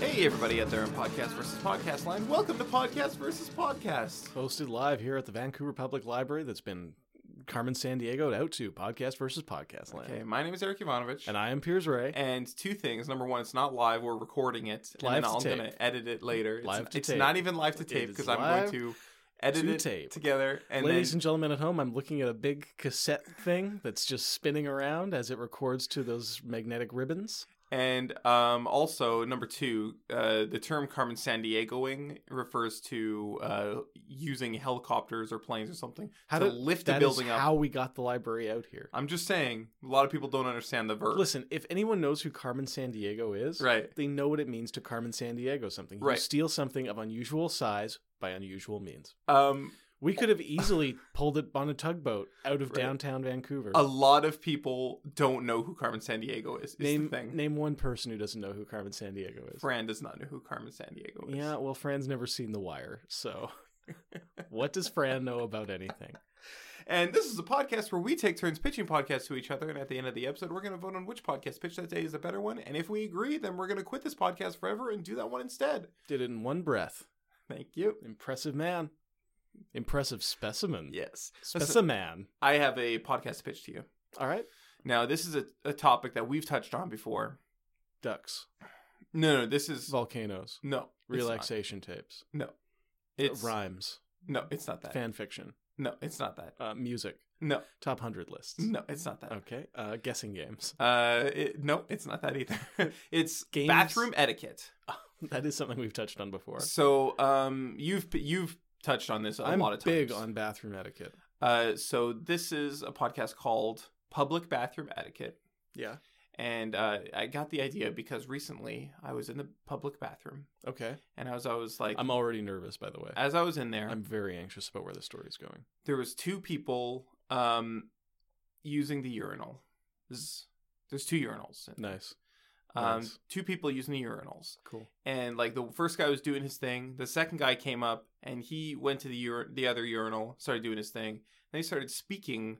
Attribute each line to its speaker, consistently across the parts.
Speaker 1: Hey, everybody out there in Podcast versus Podcast Land. Welcome to Podcast versus Podcast.
Speaker 2: Hosted live here at the Vancouver Public Library that's been Carmen San Diego out to podcast versus podcast land.
Speaker 1: Okay, my name is Eric Ivanovich.
Speaker 2: And I am Piers Ray.
Speaker 1: And two things. Number one, it's not live. We're recording it. and
Speaker 2: Live to
Speaker 1: then I'm
Speaker 2: tape.
Speaker 1: going to edit it later. It's-
Speaker 2: Live
Speaker 1: it's,
Speaker 2: to tape.
Speaker 1: not even live to
Speaker 2: It
Speaker 1: tape
Speaker 2: is
Speaker 1: because I'm going
Speaker 2: live
Speaker 1: to edit
Speaker 2: to
Speaker 1: it
Speaker 2: tape.
Speaker 1: together. And
Speaker 2: Ladies
Speaker 1: then,
Speaker 2: and gentlemen at home, I'm looking at a big cassette thing that's just spinning around as it records to those magnetic ribbons.
Speaker 1: and um, also, number two, uh, the term Carmen San Diegoing refers to uh, using helicopters or planes or something
Speaker 2: How
Speaker 1: to
Speaker 2: did-
Speaker 1: lift
Speaker 2: That
Speaker 1: a
Speaker 2: is
Speaker 1: building up.
Speaker 2: how we got the library out here.
Speaker 1: I'm just saying, a lot of people don't understand the verb.
Speaker 2: Listen, if anyone knows who Carmen San Diego is,
Speaker 1: Right.
Speaker 2: they know what it means to Carmen San Diego something. You
Speaker 1: Right.
Speaker 2: steal something of unusual size by unusual means.
Speaker 1: Um,
Speaker 2: We could have easily pulled it on a tugboat out of
Speaker 1: Right.
Speaker 2: downtown Vancouver.
Speaker 1: a lot of people don't know who Carmen San Diego is. Is
Speaker 2: name
Speaker 1: the thing.
Speaker 2: name one person who doesn't know who Carmen San Diego is.
Speaker 1: Fran does not know who Carmen San Diego is.
Speaker 2: Yeah, well, Fran's never seen The Wire, so what does Fran know about anything?
Speaker 1: And this is a podcast where we take turns pitching podcasts to each other, and at the end of the episode, we're going to vote on which podcast pitch that day is a better one. And if we agree, then we're going to quit this podcast forever and do that one instead.
Speaker 2: Did it in one breath.
Speaker 1: Thank you.
Speaker 2: Impressive man. Impressive specimen.
Speaker 1: Yes. Listen,
Speaker 2: Specimen.
Speaker 1: I have a podcast to pitch to you.
Speaker 2: All right.
Speaker 1: Now, this is a, a topic that we've touched on before.
Speaker 2: Ducks.
Speaker 1: No, no, this is
Speaker 2: Volcanoes.
Speaker 1: no it's not.
Speaker 2: Relaxation tapes. Uh,
Speaker 1: It's
Speaker 2: rhymes.
Speaker 1: no, it's not that.
Speaker 2: Fan fiction.
Speaker 1: No, it's not that.
Speaker 2: Uh, music.
Speaker 1: No,
Speaker 2: Top 100 lists.
Speaker 1: no, it's not that.
Speaker 2: Okay. Uh, guessing games.
Speaker 1: Uh, it, no, it's not that either. it's
Speaker 2: Games?
Speaker 1: bathroom etiquette.
Speaker 2: That is something we've touched on before.
Speaker 1: So, um, you've you've touched on this a
Speaker 2: I'm
Speaker 1: lot of times.
Speaker 2: big on bathroom etiquette.
Speaker 1: Uh, so this is a podcast called Public Bathroom Etiquette,
Speaker 2: Yeah.
Speaker 1: and uh, I got the idea because recently I was in the public bathroom,
Speaker 2: Okay.
Speaker 1: and as I was like,
Speaker 2: I'm already nervous, by the way.
Speaker 1: as I was in there,
Speaker 2: I'm very anxious about where the story is going.
Speaker 1: there was two people um using the urinal. This- There's two urinals. in there.
Speaker 2: Nice.
Speaker 1: Um,
Speaker 2: nice.
Speaker 1: two people using the urinals.
Speaker 2: Cool.
Speaker 1: and like the first guy was doing his thing the second guy came up and he went to the ur- the other urinal started doing his thing and he started speaking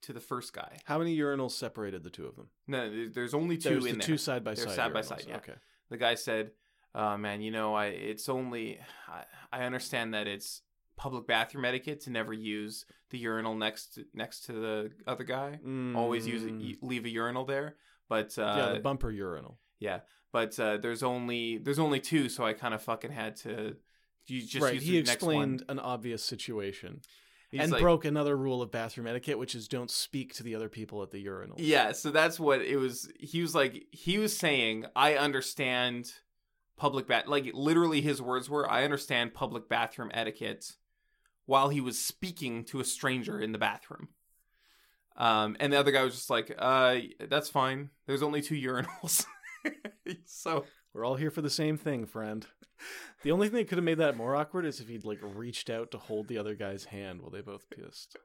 Speaker 1: to the first guy
Speaker 2: How many urinals separated the two of them?
Speaker 1: no there- there's only two
Speaker 2: There's
Speaker 1: in
Speaker 2: the
Speaker 1: there
Speaker 2: two side by
Speaker 1: They're
Speaker 2: side.
Speaker 1: side by
Speaker 2: urinals.
Speaker 1: side, yeah.
Speaker 2: Okay.
Speaker 1: the guy said oh man you know i it's only I, I understand that it's public bathroom etiquette to never use the urinal next to, next to the other guy always use
Speaker 2: Mm.
Speaker 1: it, leave a urinal there but uh,
Speaker 2: yeah, the bumper urinal.
Speaker 1: but uh, there's only there's only two, so I kind of fucking had to. You just
Speaker 2: right.
Speaker 1: use
Speaker 2: He
Speaker 1: the
Speaker 2: explained
Speaker 1: next one.
Speaker 2: an obvious situation
Speaker 1: He's
Speaker 2: and
Speaker 1: like-
Speaker 2: broke another rule of bathroom etiquette, which is don't speak to the other people at the urinal.
Speaker 1: Yeah, so that's what it was. He was like, he was saying, I understand public bath. Like literally, his words were, I understand public bathroom etiquette, while he was speaking to a stranger in the bathroom. Um, and the other guy was just like, uh, that's fine. There's only two urinals. so
Speaker 2: We're all here for the same thing, friend. The only thing that could have made that more awkward is if he'd like reached out to hold the other guy's hand while they both pissed.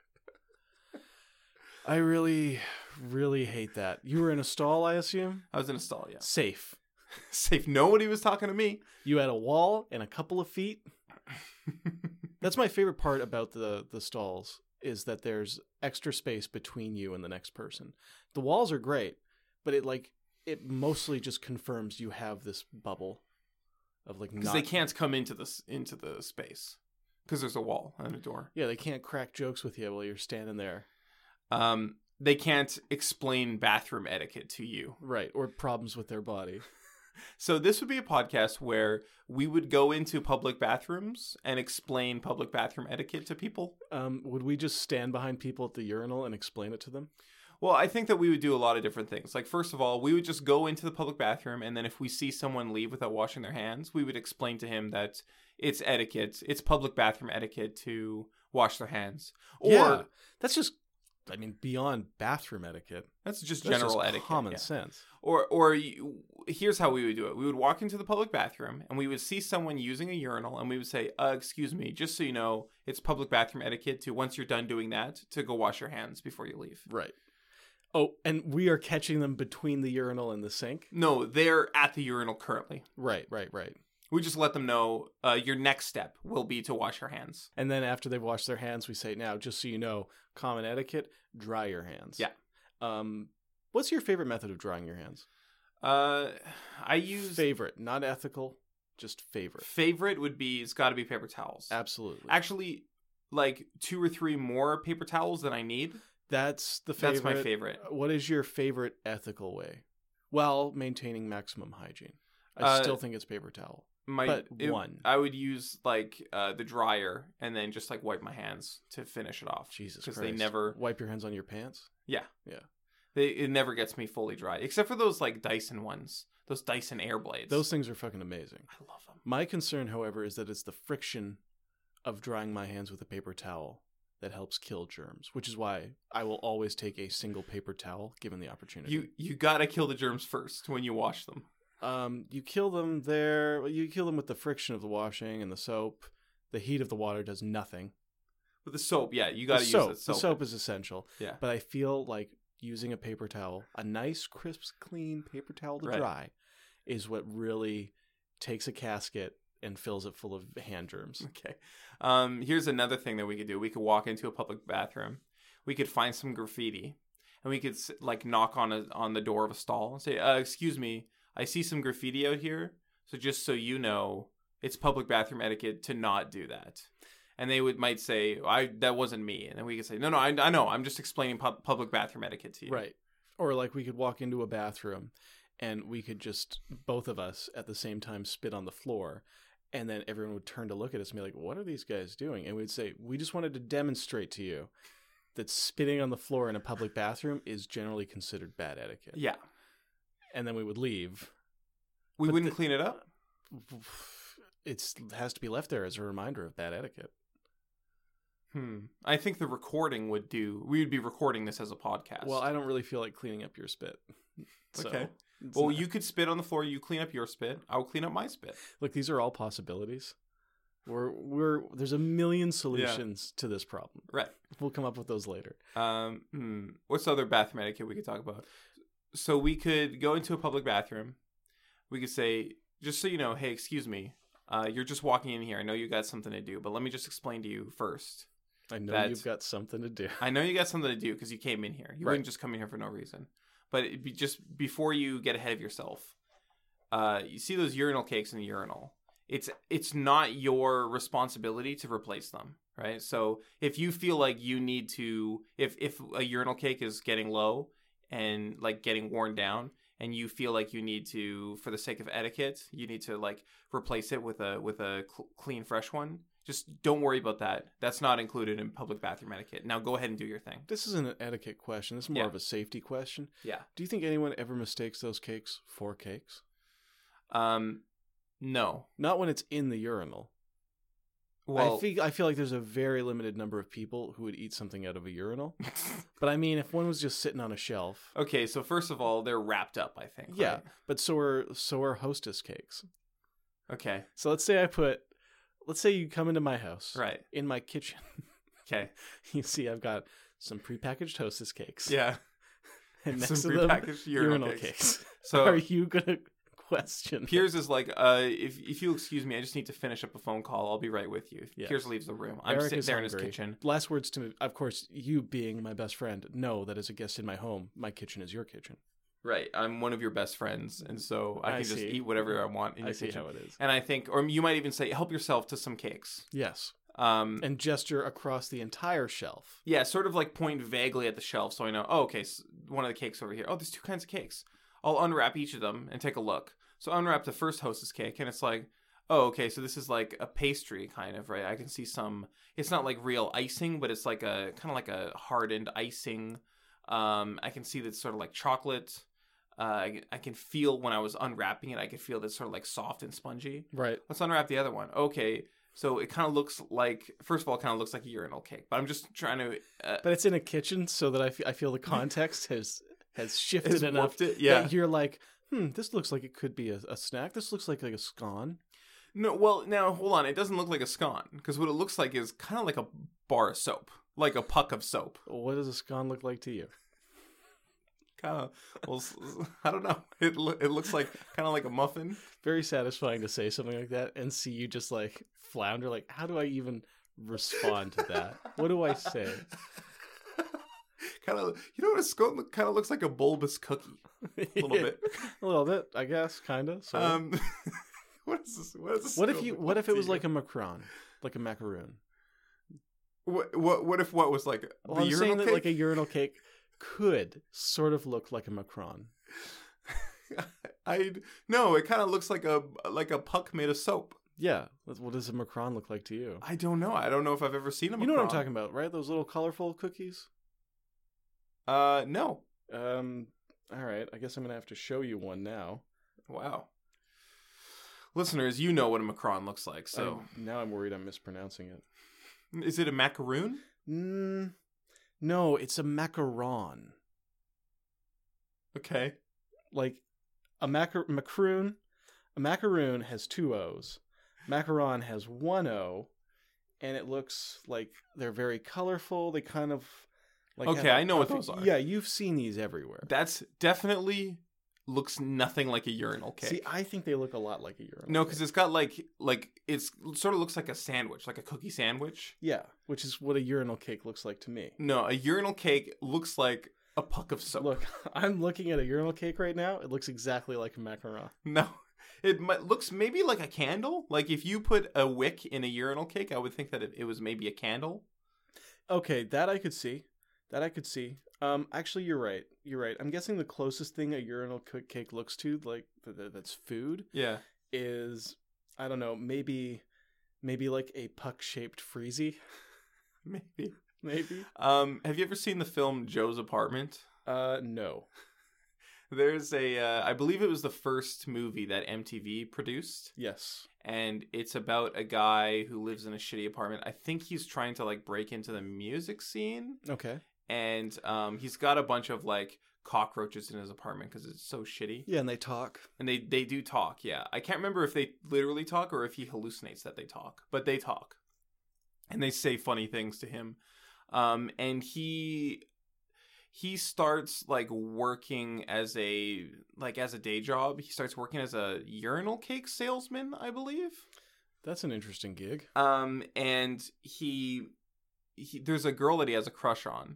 Speaker 2: I really, really hate that. You were in a stall, I assume.
Speaker 1: I was in a stall, yeah.
Speaker 2: Safe.
Speaker 1: Safe. Nobody was talking to me.
Speaker 2: You had a wall and a couple of feet. That's my favorite part about the the stalls is that there's extra space between you and the next person. The walls are great, but it like it mostly just confirms you have this bubble of like
Speaker 1: because
Speaker 2: not
Speaker 1: they can't come into this into the space because there's a wall and a door.
Speaker 2: Yeah, they can't crack jokes with you while you're standing there.
Speaker 1: Um, they can't explain bathroom etiquette to you.
Speaker 2: Right, or problems with their body.
Speaker 1: So this would be a podcast where we would go into public bathrooms and explain public bathroom etiquette to people.
Speaker 2: Um would we just stand behind people at the urinal and explain it to them?
Speaker 1: Well, I think that we would do a lot of different things. Like first of all, we would just go into the public bathroom and then if we see someone leave without washing their hands, we would explain to him that it's etiquette, it's public bathroom etiquette to wash their hands. Or
Speaker 2: Yeah. That's just I mean beyond bathroom etiquette.
Speaker 1: that's just
Speaker 2: That's
Speaker 1: general
Speaker 2: just
Speaker 1: etiquette.
Speaker 2: common
Speaker 1: yeah.
Speaker 2: sense.
Speaker 1: or or you, here's how we would do it we would walk into the public bathroom and we would see someone using a urinal and we would say uh, excuse me just so you know it's public bathroom etiquette to once you're done doing that to go wash your hands before you leave
Speaker 2: Right. Oh, and we are catching them between the urinal and the sink.
Speaker 1: no they're at the urinal currently
Speaker 2: Right, right, right.
Speaker 1: we just let them know uh, your next step will be to wash your hands
Speaker 2: And then after they've washed their hands, we say, "Now, just so you know, common etiquette: dry your hands."
Speaker 1: Yeah.
Speaker 2: Um, what's your favorite method of drying your hands?
Speaker 1: Uh, I use
Speaker 2: favorite, not ethical, just favorite.
Speaker 1: favorite would be it's got to be paper towels.
Speaker 2: Absolutely.
Speaker 1: Actually, like two or three more paper towels than I need.
Speaker 2: that's the
Speaker 1: That's
Speaker 2: favorite.
Speaker 1: my favorite.
Speaker 2: What is your favorite ethical way? Well, maintaining maximum hygiene. I
Speaker 1: Uh,
Speaker 2: still think it's paper towel.
Speaker 1: My
Speaker 2: but
Speaker 1: it-
Speaker 2: one.
Speaker 1: I would use like uh, the dryer and then just like wipe my hands to finish it off.
Speaker 2: Jesus
Speaker 1: because
Speaker 2: Christ.
Speaker 1: they never
Speaker 2: wipe your hands on your pants.
Speaker 1: they it never gets me fully dry except for those like Dyson ones, those Dyson air blades.
Speaker 2: Those things are fucking amazing.
Speaker 1: I love them.
Speaker 2: My concern, however, is that it's the friction of drying my hands with a paper towel that helps kill germs, which is why I will always take a single paper towel given the opportunity.
Speaker 1: You you gotta kill the germs first when you wash them.
Speaker 2: um, you kill them there. well, You kill them with the friction of the washing and the soap. The heat of the water does nothing.
Speaker 1: With the soap, yeah, you gotta
Speaker 2: the soap,
Speaker 1: use that soap.
Speaker 2: The soap is essential.
Speaker 1: Yeah.
Speaker 2: But I feel like using a paper towel, a nice, crisp, clean paper towel to
Speaker 1: Right.
Speaker 2: dry, is what really takes a casket and fills it full of hand germs.
Speaker 1: Okay. Um, here's another thing that we could do. We could walk into a public bathroom. We could find some graffiti, and we could s- like knock on a, on the door of a stall and say, uh, "Excuse me, I see some graffiti out here. So just so you know, it's public bathroom etiquette to not do that." And they would might say, "I that wasn't me," and then we could say, "No, no, I, I know. I'm just explaining pub- public bathroom etiquette to you."
Speaker 2: Right. Or like we could walk into a bathroom and we could just both of us at the same time spit on the floor and then everyone would turn to look at us and be like, "What are these guys doing?" And we'd say, "We just wanted to demonstrate to you that spitting on the floor in a public bathroom is generally considered bad etiquette."
Speaker 1: Yeah.
Speaker 2: And then we would leave.
Speaker 1: We
Speaker 2: But
Speaker 1: wouldn't
Speaker 2: the-
Speaker 1: clean it up.
Speaker 2: It's has to be left there as a reminder of bad etiquette.
Speaker 1: Hmm. I think the recording would do. We would be recording this as a podcast.
Speaker 2: Well, I don't really feel like cleaning up your spit. So,
Speaker 1: Okay.
Speaker 2: it's
Speaker 1: Well,
Speaker 2: not-
Speaker 1: you could spit on the floor. You clean up your spit. I'll clean up my spit.
Speaker 2: Look, these are all possibilities. We're we're there's a million solutions to this problem.
Speaker 1: Right.
Speaker 2: We'll come up with those later.
Speaker 1: Um, hmm, what's the other bathroom etiquette we could talk about? So we could go into a public bathroom. We could say, just so you know, hey, excuse me, uh, you're just walking in here. I know you got something to do, but let me just explain to you first.
Speaker 2: I know
Speaker 1: That's-
Speaker 2: you've got something to do.
Speaker 1: I know you got something to do because you came in here. You
Speaker 2: Right.
Speaker 1: wouldn't just come in here for no reason. But it'd be just before you get ahead of yourself, uh, you see those urinal cakes in the urinal. It's it's not your responsibility to replace them, right? So if you feel like you need to, if if a urinal cake is getting low and like getting worn down, and you feel like you need to, for the sake of etiquette, you need to like replace it with a with a cl- clean, fresh one. Just don't worry about that. That's not included in public bathroom etiquette. Now go ahead and do your thing.
Speaker 2: This isn't an etiquette question. This is more
Speaker 1: Yeah.
Speaker 2: of a safety question.
Speaker 1: Yeah.
Speaker 2: Do you think anyone ever mistakes those cakes for cakes?
Speaker 1: Um, no.
Speaker 2: Not when it's in the urinal.
Speaker 1: Well,
Speaker 2: I think I feel like there's a very limited number of people who would eat something out of a urinal. but I mean, if one was just sitting on a shelf,
Speaker 1: okay. So first of all, they're wrapped up. I think.
Speaker 2: Yeah.
Speaker 1: right?
Speaker 2: but so are so are hostess cakes.
Speaker 1: Okay.
Speaker 2: So let's say I put, let's say you come into my house,
Speaker 1: Right.
Speaker 2: in my kitchen.
Speaker 1: Okay.
Speaker 2: you see I've got some prepackaged hostess cakes.
Speaker 1: Yeah.
Speaker 2: And next
Speaker 1: Some
Speaker 2: to them,
Speaker 1: prepackaged
Speaker 2: urinal,
Speaker 1: urinal
Speaker 2: cakes.
Speaker 1: cakes.
Speaker 2: Are
Speaker 1: So
Speaker 2: you gonna question?
Speaker 1: Piers is like, uh, if if you'll excuse me, I just need to finish up a phone call. I'll be right with you.
Speaker 2: Yeah.
Speaker 1: Piers leaves the room. I'm
Speaker 2: Eric
Speaker 1: sitting
Speaker 2: is
Speaker 1: there in
Speaker 2: hungry.
Speaker 1: his kitchen.
Speaker 2: Last words to me, of course, you being my best friend, know that as a guest in my home, my kitchen is your kitchen.
Speaker 1: Right. I'm one of your best friends, and so I
Speaker 2: I
Speaker 1: can just
Speaker 2: see.
Speaker 1: eat whatever I want in
Speaker 2: I
Speaker 1: your
Speaker 2: see
Speaker 1: kitchen.
Speaker 2: how it is.
Speaker 1: And I think, or you might even say, help yourself to some cakes.
Speaker 2: Yes,
Speaker 1: Um,
Speaker 2: and gesture across the entire shelf.
Speaker 1: Yeah, sort of like point vaguely at the shelf so I know, oh, okay, s one of the cakes over here. Oh, there's two kinds of cakes. I'll unwrap each of them and take a look. So I unwrap the first hostess cake, and it's like, oh, okay, so this is like a pastry kind of, right? I can see some, it's not like real icing, but it's like a kind of like a hardened icing. Um, I can see that it's sort of like chocolate. Uh, I, I can feel when I was unwrapping it, I could feel that it's sort of like soft and spongy
Speaker 2: Right.
Speaker 1: let's unwrap the other one. Okay, so it kind of looks like, first of all, it kind of looks like a urinal cake, but I'm just trying to. Uh,
Speaker 2: But it's in a kitchen, so that I fe- I feel the context has has shifted
Speaker 1: has
Speaker 2: enough
Speaker 1: warped it. Yeah.
Speaker 2: that you're like, hmm, this looks like it could be a, a snack. This looks like, like a scone.
Speaker 1: No, well, now hold on. It doesn't look like a scone because what it looks like is kind of like a bar of soap, like a puck of soap.
Speaker 2: What does a scone look like to you?
Speaker 1: Kind of. Well, s- s- I don't know. It lo- it looks like kind of like a muffin.
Speaker 2: very satisfying to say something like that and see you just like flounder like how do i even respond to that what do i say
Speaker 1: kind of you know what a scone kind of looks like a bulbous cookie
Speaker 2: a
Speaker 1: a little bit.
Speaker 2: a little bit, I guess, kind of. So,
Speaker 1: Um, what is this? What, is this
Speaker 2: what if you? What if it was like a macron, like a macaroon?
Speaker 1: what, what? What if what was like the
Speaker 2: Well, I'm saying
Speaker 1: urinal
Speaker 2: that like a urinal cake could sort of look like a macron.
Speaker 1: I no, it kind of looks like a like a puck made of soap.
Speaker 2: Yeah, what what does a macron look like to you?
Speaker 1: I don't know. I don't know if I've ever seen them.
Speaker 2: You know what I'm talking about, right? Those little colorful cookies.
Speaker 1: Uh, no.
Speaker 2: Um, all right, I guess I'm gonna have to show you one now.
Speaker 1: Wow. Listeners, you know what a macron looks like. So,
Speaker 2: I'm- now I'm worried I'm mispronouncing it. Um,
Speaker 1: is it a macaroon?
Speaker 2: Mm, no, it's a macaron.
Speaker 1: Okay.
Speaker 2: Like a macar- macaroon. A macaroon has two O's. Macaron has one O, and it looks like they're very colorful. They kind of like
Speaker 1: Okay,
Speaker 2: have a-
Speaker 1: I know what
Speaker 2: a-
Speaker 1: those are.
Speaker 2: Yeah, you've seen these everywhere.
Speaker 1: That's definitely looks nothing like a urinal cake.
Speaker 2: See, I think they look a lot like a urinal.
Speaker 1: no,
Speaker 2: cake.
Speaker 1: because it's got like like it's sort of looks like a sandwich, like a cookie sandwich.
Speaker 2: yeah, which is what a urinal cake looks like to me.
Speaker 1: No, a urinal cake looks like a puck of soap.
Speaker 2: Look, I'm looking at a urinal cake right now. It looks exactly like a macaron.
Speaker 1: No. It might, looks maybe like a candle. Like if you put a wick in a urinal cake, I would think that it, it was maybe a candle.
Speaker 2: Okay, that I could see. That I could see. Um, actually, you're right. You're right. I'm guessing the closest thing a urinal c- cake looks to, like th- th- that's food,
Speaker 1: Yeah.
Speaker 2: is I don't know, maybe, maybe like a puck-shaped freezy.
Speaker 1: Maybe.
Speaker 2: Maybe.
Speaker 1: Um, have you ever seen the film Joe's Apartment?
Speaker 2: Uh, no.
Speaker 1: There's a, uh, I believe it was the first movie that MTV produced,
Speaker 2: Yes.
Speaker 1: and it's about a guy who lives in a shitty apartment. I think he's trying to like break into the music scene,
Speaker 2: Okay.
Speaker 1: and um, he's got a bunch of like cockroaches in his apartment because it's so shitty.
Speaker 2: Yeah, and they talk.
Speaker 1: And they they do talk. Yeah, I can't remember if they literally talk or if he hallucinates that they talk, but they talk, and they say funny things to him. Um, and he he starts like working as a like as a day job. He starts working as a urinal cake salesman, I believe.
Speaker 2: That's an interesting gig.
Speaker 1: Um, and he, he there's a girl that he has a crush on,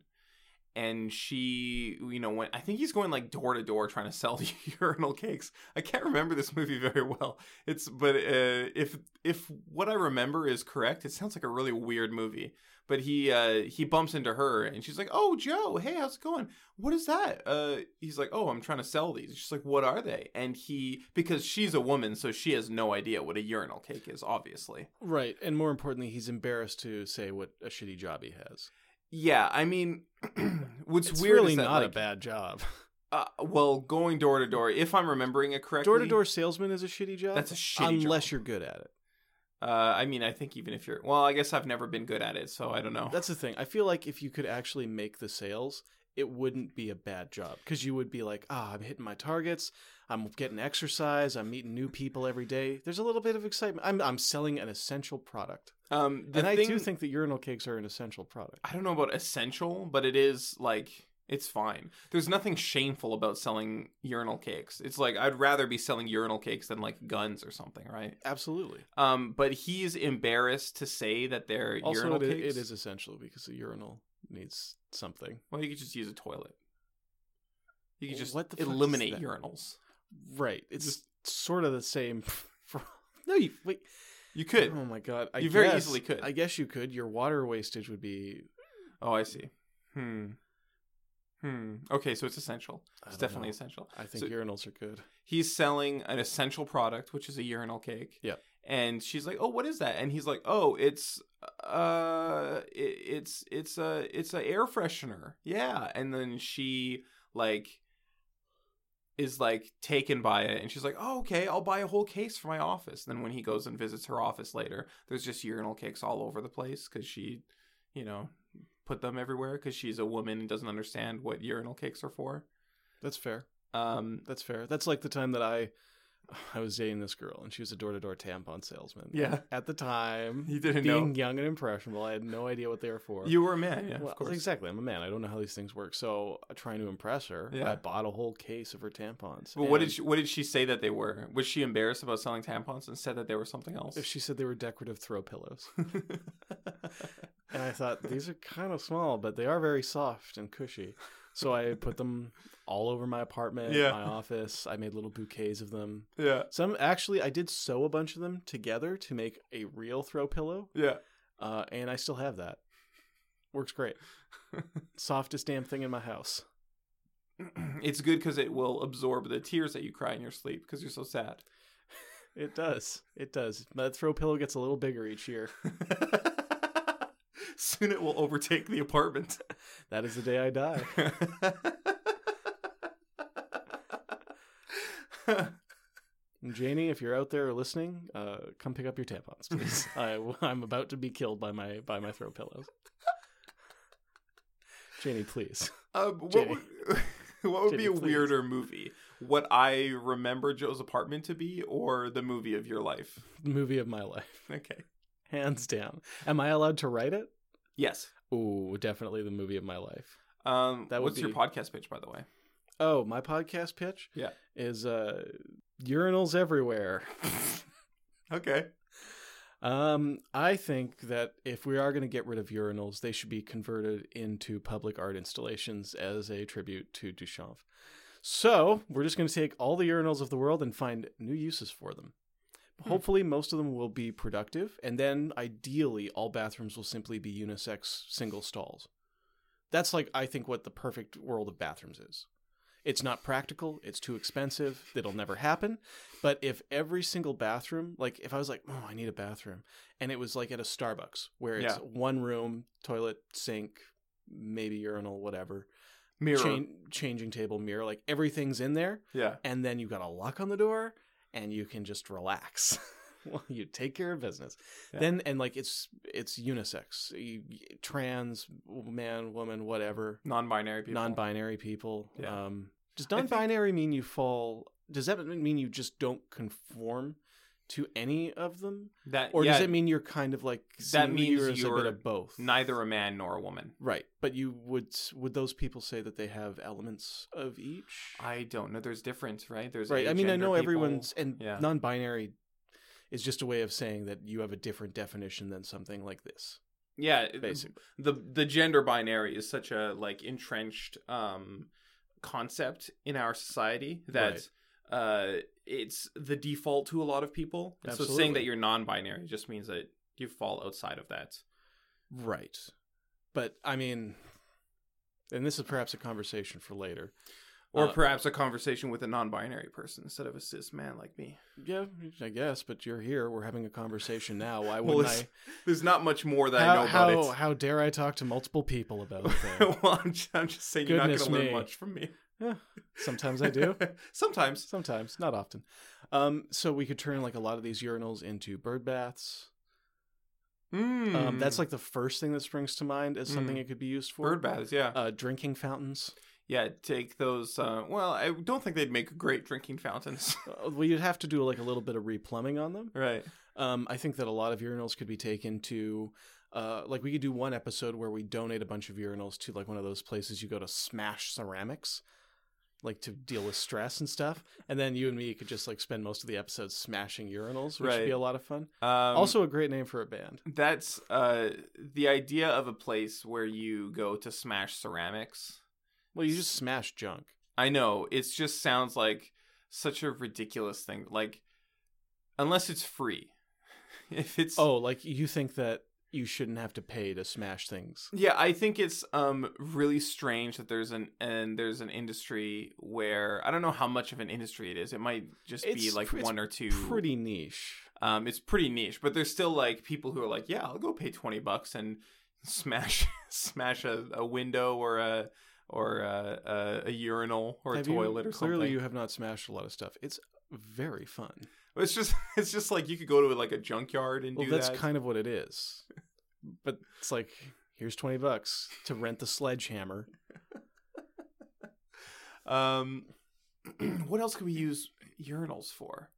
Speaker 1: and she, you know, when I think he's going like door to door trying to sell urinal cakes. I can't remember this movie very well. It's but uh, if if what I remember is correct, it sounds like a really weird movie. But he uh, he bumps into her and she's like, "Oh, Joe, hey, how's it going? What is that?" Uh, he's like, "Oh, I'm trying to sell these." She's like, "What are they?" And he because she's a woman, so she has no idea what a urinal cake is, obviously.
Speaker 2: Right, and more importantly, he's embarrassed to say what a shitty job he has.
Speaker 1: Yeah, I mean, what's
Speaker 2: It's,
Speaker 1: weird
Speaker 2: really
Speaker 1: is that,
Speaker 2: not a
Speaker 1: like,
Speaker 2: bad job.
Speaker 1: uh, well, going door to door, if I'm remembering it correctly,
Speaker 2: Door to door salesman is a shitty job.
Speaker 1: That's a shitty
Speaker 2: unless
Speaker 1: job.
Speaker 2: you're good at it.
Speaker 1: Uh, I mean, I think even if you're, well, I guess I've never been good at it, so I don't know.
Speaker 2: That's the thing. I feel like if you could actually make the sales, it wouldn't be a bad job because you would be like, ah, I'm hitting my targets. I'm getting exercise. I'm meeting new people every day. There's a little bit of excitement. I'm, I'm selling an essential product.
Speaker 1: um, the
Speaker 2: and I
Speaker 1: thing,
Speaker 2: do think that urinal cakes are an essential product.
Speaker 1: I don't know about essential, but it is like it's fine. There's nothing shameful about selling urinal cakes. It's like I'd rather be selling urinal cakes than like guns or something, right?
Speaker 2: Absolutely.
Speaker 1: Um, but he's embarrassed to say that they're
Speaker 2: Also,
Speaker 1: urinal
Speaker 2: it,
Speaker 1: cakes.
Speaker 2: it is essential because the urinal needs something.
Speaker 1: Well, you could just use a toilet. You could just
Speaker 2: What the fuck is
Speaker 1: eliminate
Speaker 2: that?
Speaker 1: urinals.
Speaker 2: Right. It's
Speaker 1: Just-
Speaker 2: sort of the same. For, no, you wait.
Speaker 1: You could.
Speaker 2: Oh my god! I
Speaker 1: You very
Speaker 2: guess-
Speaker 1: easily could.
Speaker 2: I guess you could. Your water wastage would be.
Speaker 1: Oh, I see. Hmm. Hmm. Okay, so it's essential.
Speaker 2: I
Speaker 1: It's
Speaker 2: don't
Speaker 1: definitely
Speaker 2: know.
Speaker 1: essential.
Speaker 2: I think
Speaker 1: so-
Speaker 2: urinals are good.
Speaker 1: He's selling an essential product, which is a urinal cake.
Speaker 2: Yeah.
Speaker 1: And she's like, "Oh, what is that?" And he's like, "Oh, it's uh, it, it's it's a it's a air freshener." Yeah. And then she like is like taken by it, and she's like, "Oh, okay, I'll buy a whole case for my office." Then when he goes and visits her office later, there's just urinal cakes all over the place because she, you know, put them everywhere because she's a woman and doesn't understand what urinal cakes are for.
Speaker 2: That's fair.
Speaker 1: Um,
Speaker 2: That's fair. That's like the time that I I was dating this girl and she was a door to door tampon salesman.
Speaker 1: Yeah.
Speaker 2: At the time,
Speaker 1: You didn't
Speaker 2: being
Speaker 1: know.
Speaker 2: young and impressionable, I had no idea what they were for.
Speaker 1: You were a man, yeah,
Speaker 2: Well,
Speaker 1: of course.
Speaker 2: Exactly. I'm a man. I don't know how these things work. So uh, trying to impress her,
Speaker 1: Yeah.
Speaker 2: I bought a whole case of her tampons.
Speaker 1: But what
Speaker 2: and
Speaker 1: did she, what did she say that they were? Was she embarrassed about selling tampons and said that they were something else?
Speaker 2: she said they were decorative throw pillows. And I thought, these are kind of small, but they are very soft and cushy. So I put them all over my apartment,
Speaker 1: Yeah.
Speaker 2: my office. I made little bouquets of them.
Speaker 1: yeah,
Speaker 2: Some actually, I did sew a bunch of them together to make a real throw pillow,
Speaker 1: yeah.
Speaker 2: uh, and I still have that. Works great. Softest damn thing in my house.
Speaker 1: it's good because it will absorb the tears that you cry in your sleep because you're so sad.
Speaker 2: It does. It does. That throw pillow gets a little bigger each year.
Speaker 1: Soon it will overtake the apartment.
Speaker 2: That is the day I die. And Janie, if you're out there listening, uh, come pick up your tampons, please. I, am about to be killed by my by my throw pillows. Janie, please.
Speaker 1: um, what
Speaker 2: Jenny.
Speaker 1: would, what would be
Speaker 2: Jenny,
Speaker 1: a
Speaker 2: please.
Speaker 1: weirder movie? What I remember Joe's apartment to be, or the movie of your life?
Speaker 2: Movie of my life,
Speaker 1: Okay.
Speaker 2: hands down. Am I allowed to write it?
Speaker 1: Yes.
Speaker 2: Ooh, definitely the movie of my life.
Speaker 1: Um,
Speaker 2: That would
Speaker 1: what's your
Speaker 2: be-
Speaker 1: podcast pitch, by the way?
Speaker 2: Oh, my podcast pitch.
Speaker 1: Yeah.
Speaker 2: is uh, urinals everywhere.
Speaker 1: Okay.
Speaker 2: Um, I think that if we are going to get rid of urinals, they should be converted into public art installations as a tribute to Duchamp. So we're just going to take all the urinals of the world and find new uses for them. Hopefully, most of them will be productive, and then ideally, all bathrooms will simply be unisex single stalls. That's like, I think, what the perfect world of bathrooms is. It's not practical, it's too expensive, it'll never happen. But if every single bathroom, like if I was like, oh, I need a bathroom, and it was like at a Starbucks where it's
Speaker 1: Yeah.
Speaker 2: one room, toilet, sink, maybe urinal, whatever,
Speaker 1: Mirror.
Speaker 2: chan- changing table, mirror, like everything's in there,
Speaker 1: Yeah.
Speaker 2: and then you got a lock on the door and you can just relax well you take care of business
Speaker 1: Yeah.
Speaker 2: then and like it's it's unisex You- trans man woman whatever
Speaker 1: Non-binary people.
Speaker 2: non-binary people
Speaker 1: Yeah.
Speaker 2: um does
Speaker 1: I think-
Speaker 2: non-binary mean you fall does that mean you just don't conform to any of them
Speaker 1: That
Speaker 2: or
Speaker 1: yeah,
Speaker 2: does it mean you're kind of like
Speaker 1: That
Speaker 2: seeing
Speaker 1: means
Speaker 2: you as a
Speaker 1: you're
Speaker 2: bit of both
Speaker 1: neither a man nor a woman?
Speaker 2: right but you would would those people say that they have elements of each
Speaker 1: I don't know. There's difference, right? There's
Speaker 2: right i mean i
Speaker 1: agender
Speaker 2: know
Speaker 1: people.
Speaker 2: everyone's and
Speaker 1: Yeah.
Speaker 2: non-binary is just a way of saying that you have a different definition than something like this
Speaker 1: yeah. it-
Speaker 2: basically
Speaker 1: The the gender binary is such a like entrenched um concept in our society that uh it's the default to a lot of people. And So saying
Speaker 2: Absolutely.
Speaker 1: that you're non-binary just means that you fall outside of that.
Speaker 2: right but i mean and this is perhaps a conversation for later
Speaker 1: Or
Speaker 2: Uh,
Speaker 1: perhaps a conversation with a non-binary person instead of a cis man like me.
Speaker 2: yeah i guess but you're here we're having a conversation now why wouldn't
Speaker 1: it's-
Speaker 2: i
Speaker 1: There's not much more that I
Speaker 2: how,
Speaker 1: know about
Speaker 2: how,
Speaker 1: it.
Speaker 2: how dare i talk to multiple people about things
Speaker 1: well, I'm just, I'm just saying you're not going
Speaker 2: Goodness
Speaker 1: to learn
Speaker 2: me.
Speaker 1: much from me.
Speaker 2: sometimes i do
Speaker 1: Sometimes.
Speaker 2: sometimes not often um so we could turn like a lot of these urinals into bird baths
Speaker 1: Hmm.
Speaker 2: um that's like the first thing that springs to mind as something it could be used for
Speaker 1: bird baths, yeah.
Speaker 2: uh, drinking fountains.
Speaker 1: yeah, take those. Uh, well, I don't think they'd make great drinking fountains.
Speaker 2: Uh, Well, you'd have to do like a little bit of replumbing on them.
Speaker 1: right.
Speaker 2: Um, I think that a lot of urinals could be taken to, uh, like we could do one episode where we donate a bunch of urinals to like one of those places you go to smash ceramics, like to deal with stress and stuff. And then you and me could just like spend most of the episodes smashing urinals, which
Speaker 1: Right.
Speaker 2: would be a lot of fun.
Speaker 1: Um,
Speaker 2: also, a great name for a band.
Speaker 1: that's uh, the idea of a place where you go to smash ceramics.
Speaker 2: Well, you just smash junk.
Speaker 1: I know. It just sounds like such a ridiculous thing. Like, unless it's free. If it's
Speaker 2: Oh, like you think that you shouldn't have to pay to smash things.
Speaker 1: Yeah, I think it's um really strange that there's an and there's an industry where I don't know how much of an industry it is. It might just be
Speaker 2: It's
Speaker 1: like
Speaker 2: pre- it's
Speaker 1: one or two.
Speaker 2: Pretty niche.
Speaker 1: Um, it's pretty niche, but there's still like people who are like, yeah, I'll go pay twenty bucks and smash smash a, a window or a or a, a, a urinal or
Speaker 2: Have
Speaker 1: a
Speaker 2: you-
Speaker 1: toilet or
Speaker 2: clearly
Speaker 1: something.
Speaker 2: you have not smashed a lot of stuff. It's very fun.
Speaker 1: It's just it's just like you could go to like a junkyard and
Speaker 2: Well,
Speaker 1: do
Speaker 2: that's
Speaker 1: that.
Speaker 2: kind of what it is. But it's like here's twenty bucks to rent the sledgehammer.
Speaker 1: Um, what else could we use urinals for?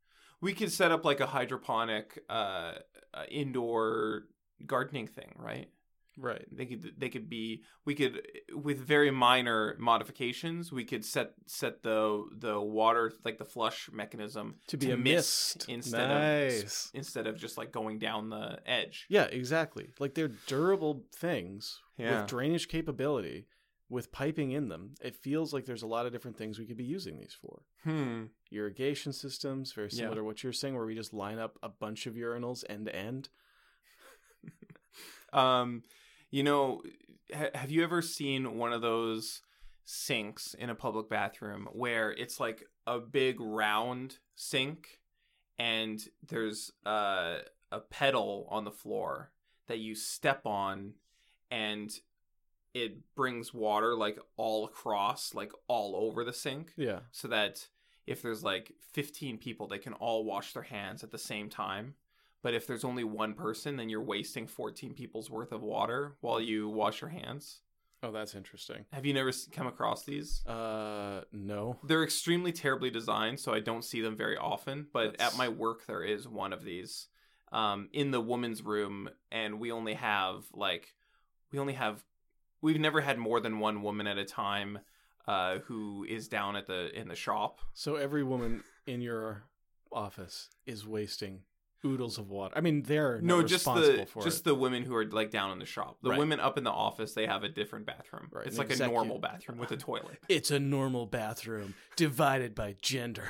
Speaker 1: we could set up like a hydroponic uh, uh, indoor gardening thing, right?
Speaker 2: Right.
Speaker 1: They could they could be we could with very minor modifications we could set set the the water like the flush mechanism
Speaker 2: To be
Speaker 1: To
Speaker 2: a
Speaker 1: mist
Speaker 2: mist.
Speaker 1: instead of
Speaker 2: nice.
Speaker 1: instead of just like going down the edge.
Speaker 2: Yeah, exactly. Like they're durable things
Speaker 1: Yeah.
Speaker 2: with drainage capability, with piping in them. It feels like there's a lot of different things we could be using these for.
Speaker 1: Hmm.
Speaker 2: Irrigation systems, very
Speaker 1: Yeah.
Speaker 2: similar to what you're saying, where we just line up a bunch of urinals end to end.
Speaker 1: Um, you know, ha- have you ever seen one of those sinks in a public bathroom where it's like a big round sink and there's uh, a pedal on the floor that you step on and it brings water like all across, like all over the sink
Speaker 2: Yeah.
Speaker 1: so that if there's like 15 people, they can all wash their hands at the same time. But if there's only one person, then you're wasting 14 people's worth of water while you wash your hands.
Speaker 2: Oh, that's interesting.
Speaker 1: Have you never s- come across these?
Speaker 2: Uh, no.
Speaker 1: They're extremely terribly designed, so I don't see them very often. But
Speaker 2: That's-
Speaker 1: at my work, there is one of these um, in the woman's room, and we only have like we only have we've never had more than one woman at a time uh, who is down at the in the shop.
Speaker 2: So every woman in your office is wasting oodles of water. I mean, they're not
Speaker 1: no just the
Speaker 2: responsible for
Speaker 1: just
Speaker 2: it.
Speaker 1: the women who are like down in the shop the
Speaker 2: Right.
Speaker 1: women up in the office they have a different bathroom
Speaker 2: Right,
Speaker 1: it's
Speaker 2: an
Speaker 1: like a normal bathroom with a toilet
Speaker 2: It's a normal bathroom divided by gender.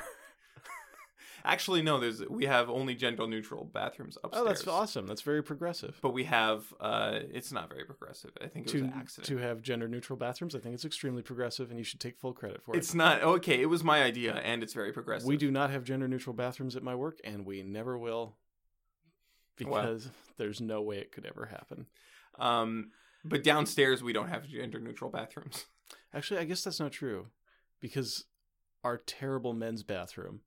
Speaker 1: actually no there's we have only gender neutral bathrooms upstairs
Speaker 2: Oh, that's awesome. That's very progressive.
Speaker 1: but we have uh it's not very progressive i think it was
Speaker 2: to
Speaker 1: an accident
Speaker 2: to have gender neutral bathrooms. I think it's extremely progressive, and you should take full credit for
Speaker 1: it's not okay it was my idea and it's very
Speaker 2: it.
Speaker 1: progressive
Speaker 2: We do not have gender neutral bathrooms at my work, and we never will, because there's no way it could ever happen.
Speaker 1: um but downstairs we don't have gender neutral bathrooms
Speaker 2: Actually, I guess that's not true, because our terrible men's bathroom,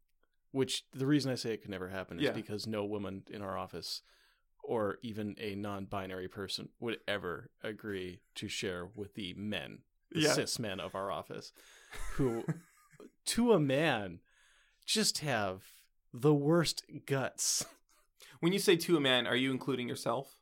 Speaker 2: which the reason I say it could never happen is
Speaker 1: Yeah.
Speaker 2: because no woman in our office. Or even a non-binary person would ever agree to share with the men the cis men of our office who to a man just have the worst guts
Speaker 1: when you say to a man are you including yourself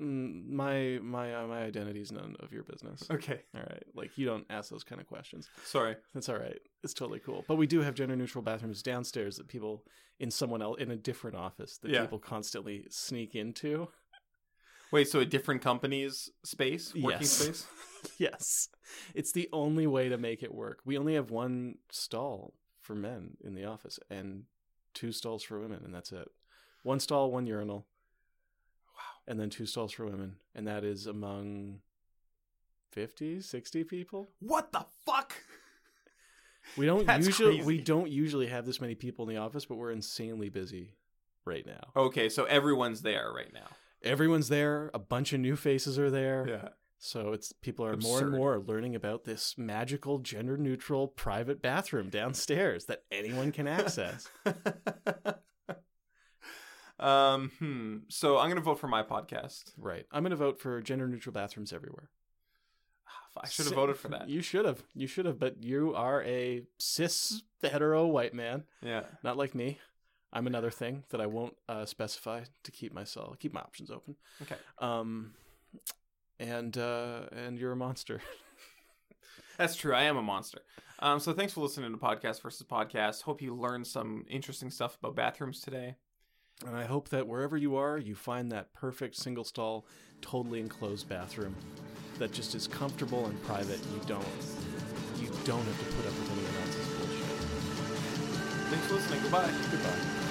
Speaker 2: Mm, my my uh, my identity is none of your business
Speaker 1: okay
Speaker 2: all right like you don't ask those kind of questions
Speaker 1: sorry
Speaker 2: that's all right it's totally cool but we do have gender neutral bathrooms downstairs that people in someone else in a different office that
Speaker 1: Yeah.
Speaker 2: people constantly sneak into
Speaker 1: wait so a different company's space working
Speaker 2: Yes.
Speaker 1: space
Speaker 2: yes it's the only way to make it work we only have one stall for men in the office and two stalls for women and that's it one stall one urinal wow and then two stalls for women and that is among 50 60 people
Speaker 1: what the fuck
Speaker 2: we don't
Speaker 1: That's
Speaker 2: usually we
Speaker 1: crazy.
Speaker 2: don't usually have this many people in the office but we're insanely busy right now
Speaker 1: Okay, so everyone's there right now.
Speaker 2: everyone's there a bunch of new faces are there
Speaker 1: Yeah.
Speaker 2: So it's people are more and
Speaker 1: Absurd.
Speaker 2: more learning about this magical gender neutral private bathroom downstairs that anyone can access.
Speaker 1: um, hmm. So I'm gonna vote for my podcast.
Speaker 2: right. I'm going to vote for gender neutral bathrooms everywhere.
Speaker 1: I should
Speaker 2: Si-
Speaker 1: have voted for that.
Speaker 2: Ah, You should have. You should have, but you are a cis hetero white man,
Speaker 1: Yeah.
Speaker 2: not like me. I'm another thing that I won't uh, specify to keep myself keep my options open.
Speaker 1: Okay.
Speaker 2: Um and uh and you're a monster.
Speaker 1: That's true. I am a monster. Um, so thanks for listening to Podcast versus Podcast. Hope you learned some interesting stuff about bathrooms today.
Speaker 2: And I hope that wherever you are, you find that perfect single stall, totally enclosed bathroom that just is comfortable and private. You don't you don't have to put up with anyone else's bullshit.
Speaker 1: Thanks for listening. Goodbye.
Speaker 2: Goodbye.